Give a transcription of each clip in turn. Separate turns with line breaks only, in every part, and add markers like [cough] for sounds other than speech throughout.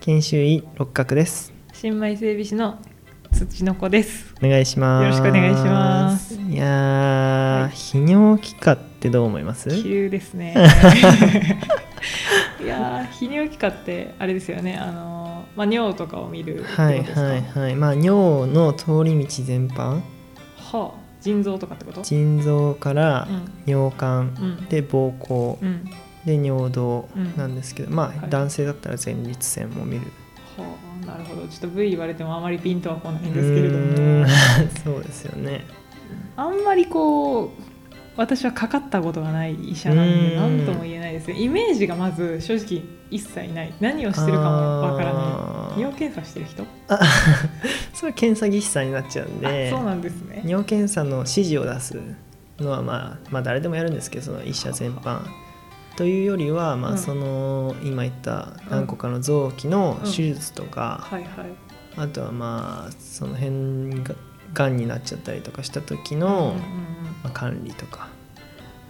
研修医六角です
新米整備士の土の子です。
お願いします
よろしくお願いします
いやー、泌尿器科ってどう思います
急で
[laughs]
すね。いやー、泌尿器科ってあれですよね。あのーまあ尿とかを見るってこと
は
で
い
すか。
はいはいまあ尿の通り道全般
はあ、腎臓とかってこと？
腎臓から
うん
尿管
うん
で膀胱
うん。
で尿道なんですけど、ま
は
あ
い
男性だったら前立腺も見る
はあ、なるほど。ちょっと V 言われてもあまりピンとは来ないん
う
ですけれど
ー
も
ん、 [laughs] そうですよね
あんまりこう。私はかかったことがない医者なんで
うーん
何とも言えないですねイメージがまず正直一切ない何をしてるかもわからな
あ
い
ー
尿検査してる人
それは検査技師さんになっちゃうんで
あそうなんですね
尿検査の指示を出すのは、まあ、まあ誰でもやるんですけどその医者全般というよりは、ま
う
あ、
ん
その今言った
うん
何個かの臓器の
うん
手術とか、
はいはい
あとはまあその辺ががんになっちゃったりとかした時
うん
の
うんうん、
まあ、管理とか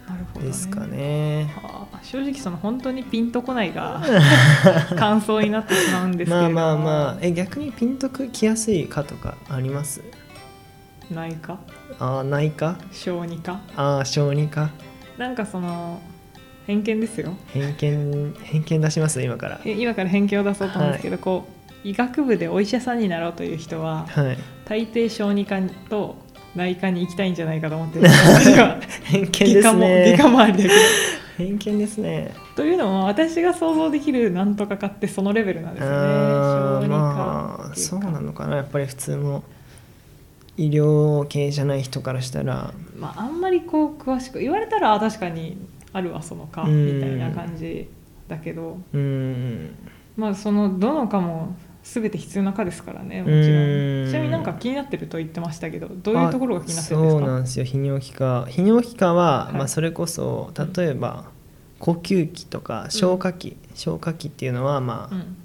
なるほど、ね、
ですかね。
あー正直その本当にピンとこな
[laughs]
いが感想になってしまうんですけ
まあ
れども
まあまあえ逆にピンとくきやすいかとかあります
内科
ああないか
小児科
ああ小児か
なんかその偏見ですよ
偏見偏見出します今から
え今から偏見を出そうと思うんですけど、こう医学部でお医者さんになろうという人は
はい
大抵小児科と内科に行きたいんじゃないかと思って
[laughs]
る私は
偏見で
外科
す
も外科
ね
もありだけど
偏見ですね
というのも私が想像できるなんとか科ってそのレベルなんですよね
あ
小
ー
児科
ま
っ
あ
ていう
そ
か
うなのかなやっぱり普通の医療系じゃない人からしたら
まあ、あんまりこう詳しく言われたらあ確かにあるわその科
うん
みたいな感じだけど、
うーん
まあ、そのどの科も全て必要な科ですからねもち
う
ろん
ん
ちなみになんか気になってると言ってましたけどどういうところが気になってるん
あ
です
そうな
か
んですよ泌尿器科泌尿器科は、
はい
まあ、それこそ例えば呼吸器とか消化器、消化器っていうのは、まあ
うん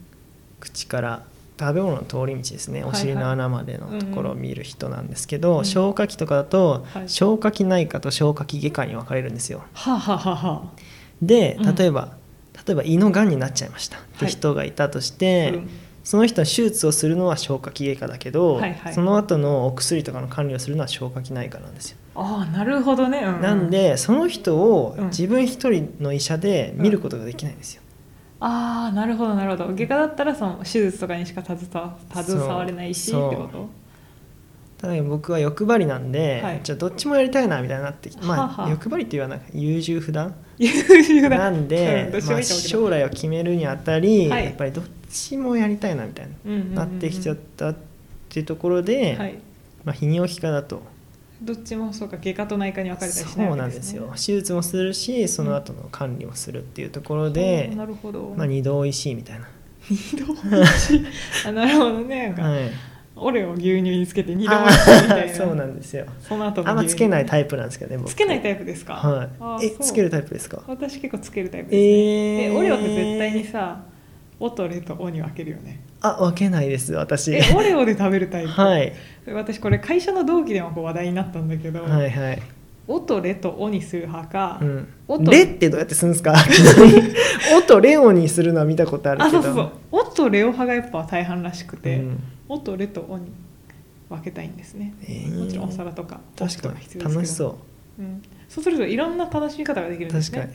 口から食べ物の通り道ですねお
はいはい
尻の穴までのところを見る人なんですけど、
うん
消化器とかだと、
はい
消化器内科と消化器外科に分かれるんですよ。
はあ、はあはあは
で
うん
例えば、例えば胃のがんになっちゃいましたって
はい
人がいたとし
あ
て、
うん
その人は手術をするのは消化器外科だけど、
はいはい
その後のお薬とかの管理をするのは消化器内科なんですよ、
ああなるほどね、う
なんでその人を
うん
自分一人の医者で見ることができないんですよ、
ああなるほどなるほど外科だったらその手術とかにしか携わ携われないしって
そう
こと
ただ僕は欲張りなんで、
はい
じゃあどっちもやりたいなみたいになってきて、まあ、
はは
欲張りって言わない優柔不断
優秀
な
だ
んで
[laughs] うん、どうし
まあ、
ようもいいかもしれない
将来を決めるにあたり、
はい
やっぱりどっちもやりたいなみたいな、
うんうんうんうん
なってきちゃったっていうところで、
はい
まあ、泌尿器科だと
どっちもそうか外科と内科に分かれたりしない
そうなんですよ手術もするしその後の管理もするっていうところで
おー、なるほど、
まあ、二度おいしいみたいな、
二度美味しいあなるほどねなんか、
はい、
オレを牛乳につけて二度美味しいみたいな
そうなんですよ
その後の
あんまつけない
イ
タイプなんですけどね僕
つけないタ
イ
イプですか、あ
はいえ
そう
つけるタイプですか
私結構つけるタイプ
え
です
ー
ね、えオレオって絶対にさオとレとオに分けるよね
あ分けないです私
えオレオで食べるタイプ、
はい
私これ会社の同期でもこう話題になったんだけど、
はいはい、
オとレとオにする派か、
うん
オ、と
レってどうやってするん
[laughs]
ですかオとレオにするのは見たことある
あ
けど
そうそうそうオとレオ派がやっぱ大半らしくて、
うん
オとレとオに分けたいんですね、
えー
もちろんお皿とか
確
と
か
か
に楽しそう
う、うん、そうするといろんな楽しみ方ができるんで
確
すね
かに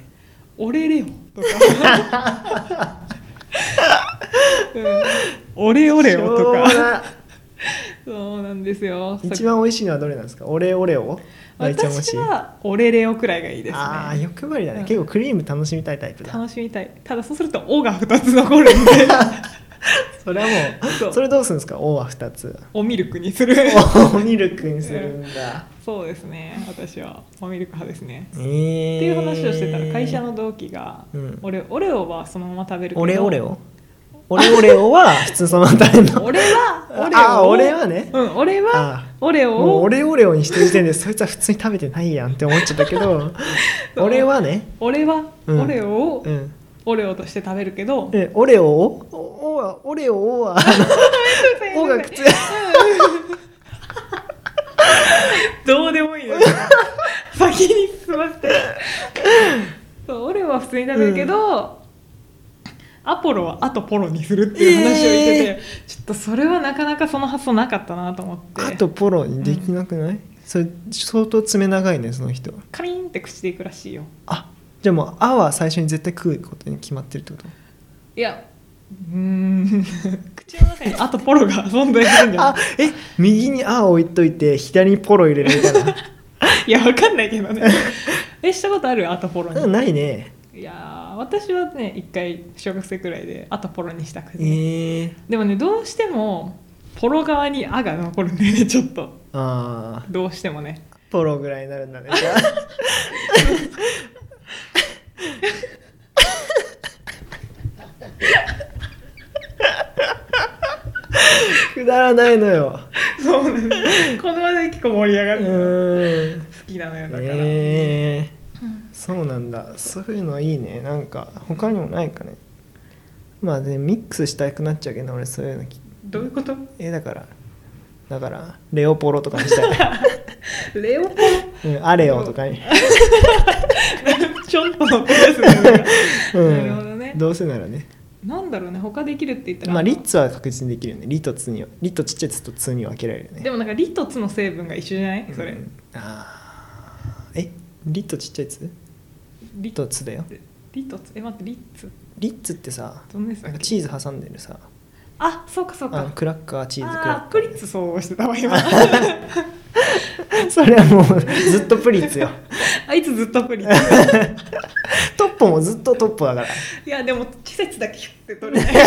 オレレオとか、うん、オレオレオと
しょうも
か
な
そうなんですよ
一番美味しいのはどれなんですかオレオレオ大ちゃん美味し
私
い
はオレレオくらいがいいですね
ああ欲張りだね、
うん
結構クリーム楽しみたいタイプだ
楽しみたいただそうすると「お」が2つ残るんで
それはもう
そ
そうれどうするんですか O は2つ
おミルクにする
おミルクにするんだ、
そうですね私はおミルク派ですね
え
っ
ー
ていう話をしてたら会社の同期が、
うん
オレオレオはそのまま食べるけど
オレオレオオレオレオは普通そのまま食べるの
俺はオレ
[laughs]
オ
あー
を
俺はね
うん俺は
あー
オレオ
もう
を
オレオレオにしてる時点でそいつは普通に食べてないやんって思っちゃったけど
そう
俺はね、
俺は
うん
オレオを
うん、
オレオとして食べる
[laughs]
けど、
えオレオをおおはオレオをはあのおがくっつい
どうでもいいのよ [laughs] 先に
[laughs]
進ませてそうオレオは普通に食べるけど、アポロはアとポロにするっていう話を言ってて、ちょっとそれはなかなかその発想なかったなと思って
あとポロにできなくない、それ相当爪長いねその人
カリンって口でいくらしいよ
あじゃあもう「あ」は最初に絶対食うことに決まってるってこと
いやうーん [laughs] 口の中にあとポロが存在するんじゃ
あ
な
え右に「あ」置いといて左にポロ入れるみたいな
[laughs] いいやわかんないけどね [laughs] えしたことあるあとポロ
[laughs] うん
に
ないね
いやー私はね一回小学生くらいであとポロにしたくて、
えー、
でもねどうしてもポロ側に「あ」が残るんだよね [laughs] ちょっと
あ
どうしてもね
ーポロぐらいになる [laughs] んだねじゃあくだらないのよ
そうなんですこの話題結構盛り上が
う
るの
ーん
好きなのよだから、
えー
うん
そうなんだそういうのはいいねなんか他にもないかねまあねミックスしたくなっちゃうけど俺そういうのき
どういうこと
えだからだからレオポロとかに
[laughs]
したい、
レオポロ
うん、アレオとかに、
[laughs] ちょっとのペースで
うん、
なるほどね
どうせならね
なんだろうね他できるって言ったら
まあリッツは確実にできるよねリとツにはリとちっちゃいツとツに分けられるよね
でもなんかリとツの成分が一緒じゃないそれ、
うんあーえリとちっちゃいツ
リ
リとツだよ
リとツえ待ってリッツ
リッツってさ
どんなやつだ
なん
っけ
かチーズ挟んでるさ
あそうかそう
あの
か
クラッカーチーズクラ
あ
ッ
ー
カ
ク
ー
リッツそうしてたわ今
[laughs] それはもうずっとプリッツよ
あいつずっとプリン
トッポもずっとトッポだから
いやでも季節だけヒュッて取れない
[laughs]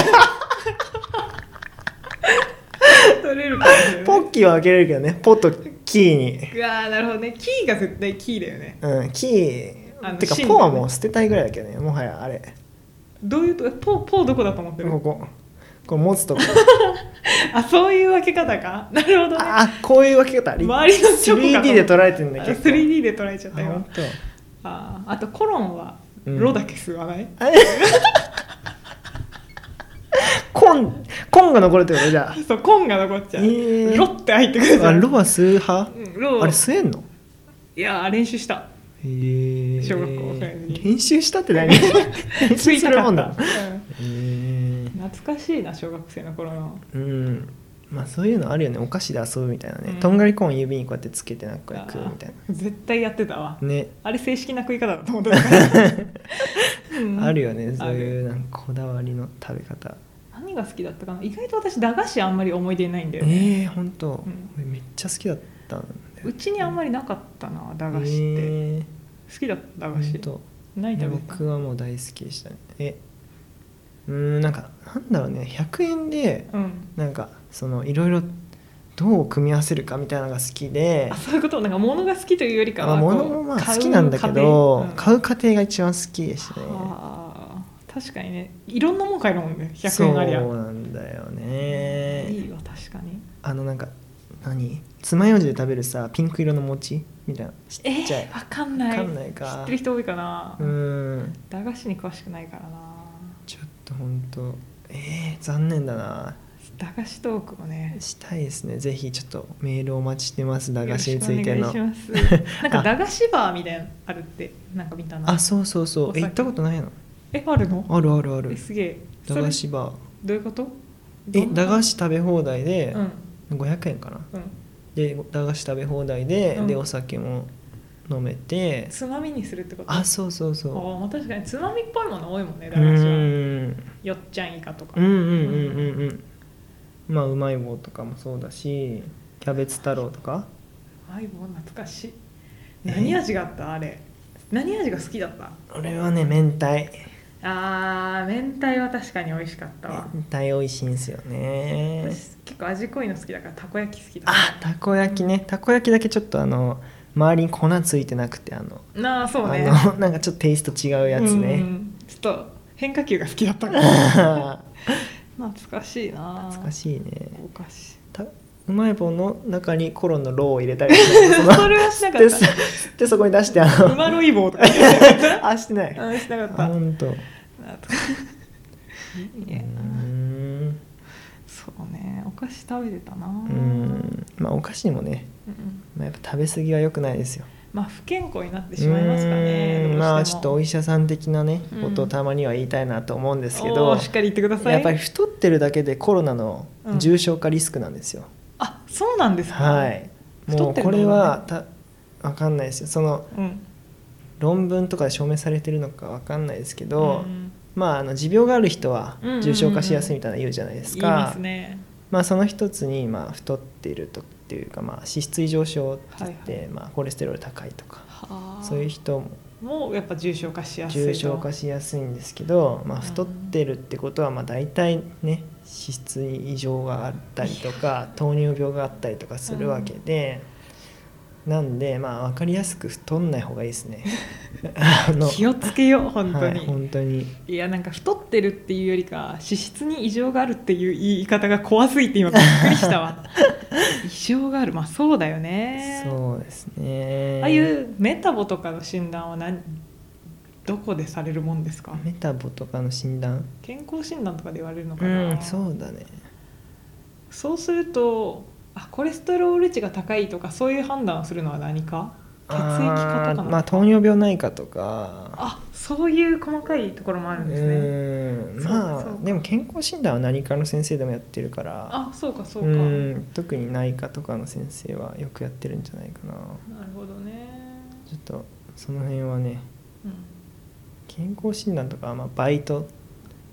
取れるかもしれ
ポ
ない
ッキーは分けれるけどねポとキーに
うわーなるほどねキーが絶対キーだよね
うんキ
あ
ー
の
てか
芯
ポはもう捨てたいぐらいだけどねもはやあれ
どういうとポーポーどこだと思ってる
こここう持つとこ
あそういう分け方かなるほどね
ああこういう分け方リ
[laughs] 周りのチョコかと思
3D で捉えてんだ
あ
けど
3D で捉えちゃった
あ
よ
本当
あーあとコロンは
うん
ロだけ吸わない、
あれ [laughs] コンコンが残るってことじゃあ
そうコンが残っちゃう、
えー
ロって入ってくるじゃ
あ
ん
ロは吸う派
うんロ
あれ吸えんの
いやー練習した
へえ
小学校からに
練習したって
[laughs]
何練習するもんだ
吸いたかった
へえ
うん懐かしいな小学生の頃の
うんまあそういうのあるよねお菓子で遊ぶみたいなね、
うん
とんがりコーン指にこうやってつけてなんか食うみたい
あー絶対やってたわ
なね、
あれ正式な食い方だと思ってたから、
[laughs]
うん
あるよねそう
あ
い
る
うなんかこだわりの食べ方
何が好きだったかな意外と私駄菓子あんまり思い出ないんだよね、
ええー、ほんと、
うん
俺めっちゃ好きだったんだよ
うちにあんまりなかったな駄菓子って、
えー
好きだった駄
ほん
菓子
と
何食べた
僕はもう大好きでしたねえうーんなんかなんだろうね100円で
うん
なんかそのいろいろどう組み合わせるかみたいなのが好きで
あそういうことなんか物が好きというよりか
まあ
は
物
こ
も
う
まあ
買
好
う
きなんだけど
過程
買う過程が一番好きでしたね
うんあー確かにねいろんなもん買えるもんね100
そう
円ありゃ
なんだよね
いいわ確かに
あのなんか何爪楊枝で食べるさピンク色の餅みたいなち
え
っちゃい
ー、わかんない
わかんないか
知ってる人多いかな、
うーん
駄菓子に詳しくないからな
ちょっとほんとえー、残念だな
駄菓子トークもね
したいですねぜひちょっとメールお待ちしてます駄菓子についての
よろしくお願いしま
[laughs]
すなんか駄菓子バーみたいなのあるってなんか見たな
あそうそうそう
お
え
酒
行ったことないの
えあるの
あるあるあ
え
る
すげえ
駄
それ
菓子バ
どういうこと
ーえ駄菓
子
子食べ放題
う
で
ん
500円かな
うん
で駄菓子食べ放題で、
うん
でお酒も飲めて
つまみにするってこと
あそうそうそ
あー確かにつまみっぽいもの多いもんね
う
駄菓子は
うん
よっちゃんイカとか
うんうんうんうんうんまあうまい棒とかもそうだしキャベツ太郎とか
あいぼ懐かしい
え
何味があったあれ何味が好きだった
俺はね明太
あー明太は確かに美味しかったわ
明太美味しいんすよね
私結構味濃いの好きだからたこ焼き好きだ
あたこ焼きねたこ焼きだけちょっとあの周りに粉ついてなくてあの
なあそう
あ
ね
の [laughs] なんかちょっとテイスト違うやつ
うんう
ね
んちょっと変化球が好きだったから懐かしいな
懐か
い
しいね
お菓子
たうまい棒の中にコロンのローを入れたりして [laughs]
それはしなか
で
っ
そ [laughs] でそこに出してあ
たう
の
まろい棒とか
あしてない
うんしなかった
あほんとう
あとかい
ー
や
ん
そうねお菓子食べてたな
うーんまあお菓子にもね、
うんうん
まあ、やっぱ食べ過ぎは良くないですよ
まあ不健康になってしまいますかね
うー
どうして
ん
も
まあちょっとお医者さん的なね
うん
ことをたまには言いたいなと思うんですけ
お
ど
ーしっかり言ってください
やっぱり太ってるだけでコロナの重症化リスクなんですよ、
あそうなんですか
はい
太
も
っ
う
てる
こ
の
れはたわかんないですよその
うん
論文とかで証明されてるのかわかんないですけど、
うん
まああの持病がある人は
うんうんうんうん
重症化しやすいみたいなの言うじゃないです
言い
か、
ますね
まあ、その一つに、まあ、太っているとっていうか、まあ、脂質異常症って言って、
はい
まあ、コレステロール高いとか
はあ
そういう人も
もうやっぱ重症化しやすいと
重症化しやすいんですけど、まあ、
うん
太ってるってことはまあ大体ね脂質に異常があったりとか糖尿病があったりとかするわけで、なんでまあ分かりやすく太んない方がいい
[laughs]
ですね。あの
気をつけよう本当に、
はい、本当に
い、やなんか太ってるっていうよりか脂質に異常があるっていう言い方が怖すぎて今びっくりし
[laughs]
たわ異常があるまあそうだよね
そうですね
ああいうメタボとかの診断は何どこでされるもんですか
メタボとかの診断
健康診断とかで言われるのか
う
な、
んそうだね
そうするとあコレステロール値が高いとかそういう判断をするのは何か血液化とかな
あーまあ糖尿病ないかとか
あそういう細かいところもあるんですね、
うんま
そう
あ
かそうか
でも健康診断は何かの先生でもやってるから
あそうかそう
う
か、
ん特に内科とかの先生はよくやってるんじゃないかな
なるほどね、
ちょっとその辺はね
うん
健康診断とかはまあバイト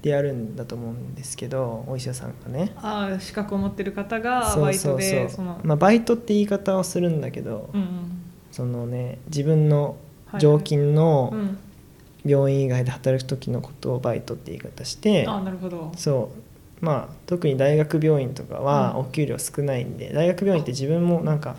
でやるんだと思うんですけどお医者さんがね
あー資格を持ってる方が
そ
バ
う
イ
そ
ト
う
で
そ
そうの
まあバイトって言い方をするんだけど、
うんうん
そのね自分の
はい
常勤の
うん
病院以外で働く時のことをバイトって言い方して、
あなるほど
そうまあ特に大学病院とかは
うん
お給料少ないんで、大学病院って自分もなんか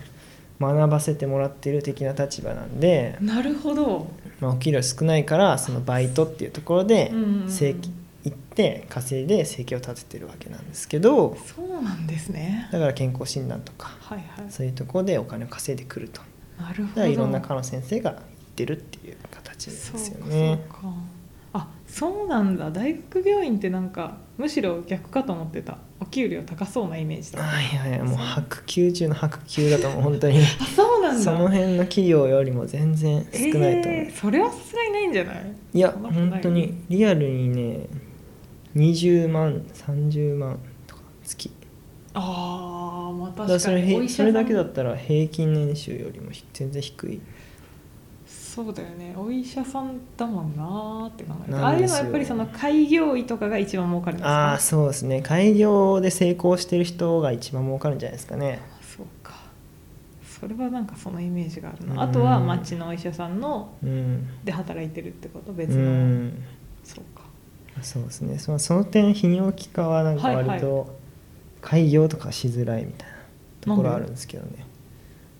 学ばせてもらってる的な立場なんで、
なるほど、
まあ、お給料少ないからそのバイトっていうところで
うんうんうん
正規行って稼いで生計を立ててるわけなんですけど
そうなんですね
だから健康診断とか
はいはい
そういうところでお金を稼いでくると
なる
だ
ほ
か
ど
らいろんな科の先生が行ってるっていう形ですよ
そう
ね
か。そうかあそうなんだ大学病院ってなんかむしろ逆かと思ってたお給料高そうなイメージだ
はいはいもう白球中の白球だと思う本当に
あそうなんだ
その辺の企業よりも全然少ないと思う、
えーそれはさすがにないんじゃない
いや
そんなことない
本当にリアルにね20万30万とか月
あーまあ
だ
確
か
からに
それへ
お
い
医者
そ
さん
れだけだったら平均年収よりもひ全然低い
そうだよねお医者さんだもんなーって考えてあ
な
あ
ん
い
で
う
すよ
のはやっぱりその開業医とかが一番儲かるんです
あ
か
あそうですね開業で成功してる人が一番儲かるんじゃないですかね
そうかそれはなんかそのイメージがある
うん
なあとは町のお医者さんの
うん
で働いてるってこと
う
別の
ん
そうか
そうですねそのその点泌尿器科はなんか割と開業とかしづらいみたいなところあるんですけどね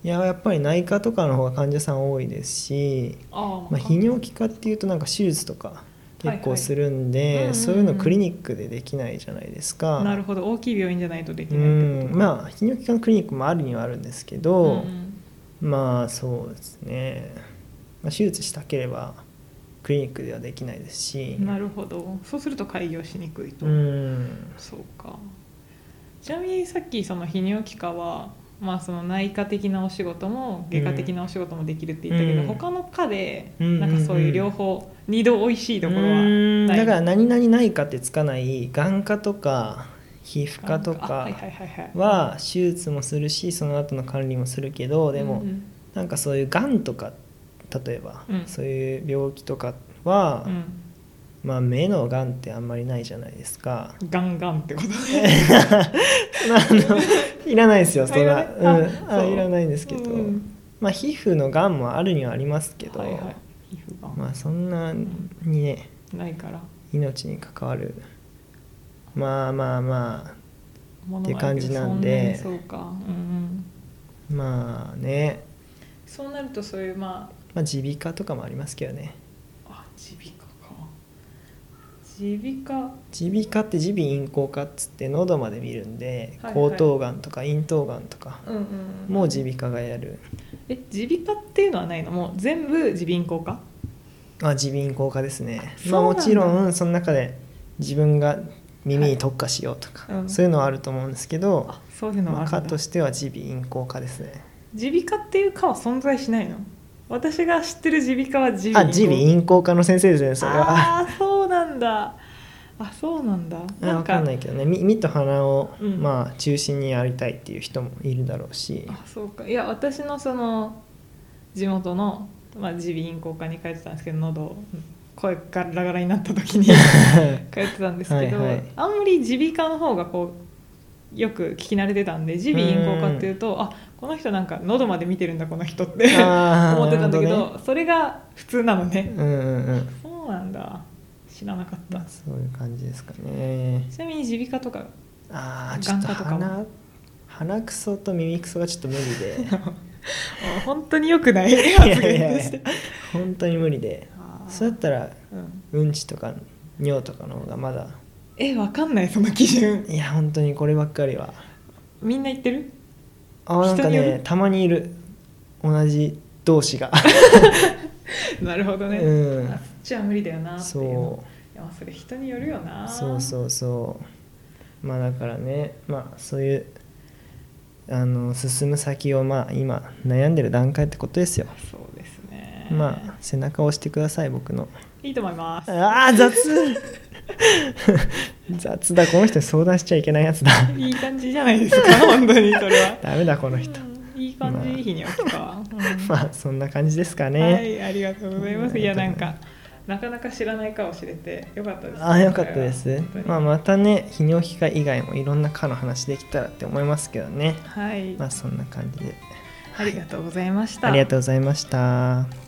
いややっぱり内科とかの方が患者さん多いですし、
あー、
まあ、泌尿器科っていうとなんか手術とか結構するんで、
いはいうんうんうん
そういうのクリニックでできないじゃないですか。
なるほど大きい病院じゃないとでき
う
ないってこ
ん
とか
まあ泌尿器科のクリニックもあるにはあるんですけ
うん
ど、
うん
まあそうですね、まあ、手術したければクリニックではできないですし
なるほどそうすると開業しにくいと、
うん
そうかちなみにさっきその泌尿器科は、まあ、その内科的なお仕事も外科的なお仕事もできるって言ったけど、
うん
他の科で
うん
なんかそういう両方二度おいしいところは
うーん
ない
だから何々ないかってつかない眼科とか皮膚科と
あはい
か
はいはいはい
は手術もするしその後の管理もするけどでも
うんうん
なんかそういうがんとか例えば
うん
そういう病気とかはまあ目のがんってあんまりないじゃないですか。 [laughs]
うんガンガンってことで
あのいらないですよそんな、
あ
う
いらない
ん、
あ
あ
そう
いらないんですけど、
うん
まあ皮膚のがんもあるにはありますけど、
はいはい皮膚が
まあそんなにね
ないから
命に関わるまあまあまあ
もの
って感じなん
がある
で
けどそんなにそうか、うんうん、
まあね、
そうなるとそういうまあ
まあ、耳鼻科とかもありますけどね
あ耳鼻科か耳鼻科
耳鼻科って耳鼻咽喉科っつって喉まで見るんで、
はいはい
喉頭がんとか咽頭がんとか
うんうんうん
もう耳鼻科がやる
え耳鼻科っていうのはないのもう全部耳鼻咽喉科
あ耳鼻咽喉科ですね
そう
ま
な
あ
んだ
もちろんその中で自分が耳に特化しようとか、
はいうん
そういうのはあると思うんですけど、
あそういうの
ま
は
あ、
あ
科
るんだ
としては耳鼻咽喉科ですね
耳鼻科っていう科は存在しないの私が知ってる耳鼻科は耳鼻
あ耳鼻咽喉科の先生ですねそれはあ
あーそうなんだあそうなんだ
[laughs]
なん
分
か
かんないけどねみ耳と鼻を、
うん
まあ、中心にやりたいっていう人もいるだろうし
あそうかいや私のその地元のまあ耳鼻咽喉科に通ってたんですけど喉声ガラガラになった時に通ってたんですけど
はいはい
あんまり耳鼻科の方がこうよく聞き慣れてたんで耳鼻咽喉科っていうとあこの人なんか喉まで見てるんだこの人って
あー
思ってたんだけ
なる
ど
ほ
それが普通なのね、
うんうんうん
そうなんだ知らなかった
そういう感じですかね
ちなみに耳鼻科とか
ああちょっと
眼科とかは
鼻鼻くそと耳くそがちょっと無理で
[laughs] あ本当に良くな
[laughs]
い発言でして
本当に無理で
あー
そうやったら
うん
うんちとか尿とかの方がまだ
えわかんないその基準
いや本当にこればっかりは
みんな言ってる
あーなんか
人によ
ね
る
たまにいる同じ同士が
なるほどね、
うん
あそっちは無理だよなっていう
そ
いやまあそれ人によるよな
うそうそうそうまあだからねまあそういうあの進む先をまあ今悩んでる段階ってことですよ
そうですね
まあ背中を押してください僕の
いいと思います
あー雑 [laughs] 雑だこの人に相談しちゃいけないやつだ
いい感じじゃないですか [laughs] 本当にそれは
ダメだこの人
うんいい感じ、
まあ
いい日に起きた、うん
まあそんな感じですか
は
ね、
いありがとうございます
うん
いやなん
あ
かなかなか知らないかを知れてよかったです
ああよかったです
本当、に
まあ、またね泌尿器科以外もいろんな科の話できたらって思いますけどね
はい
まあそんな感じで
ありがとうございました。
ありがとうございました。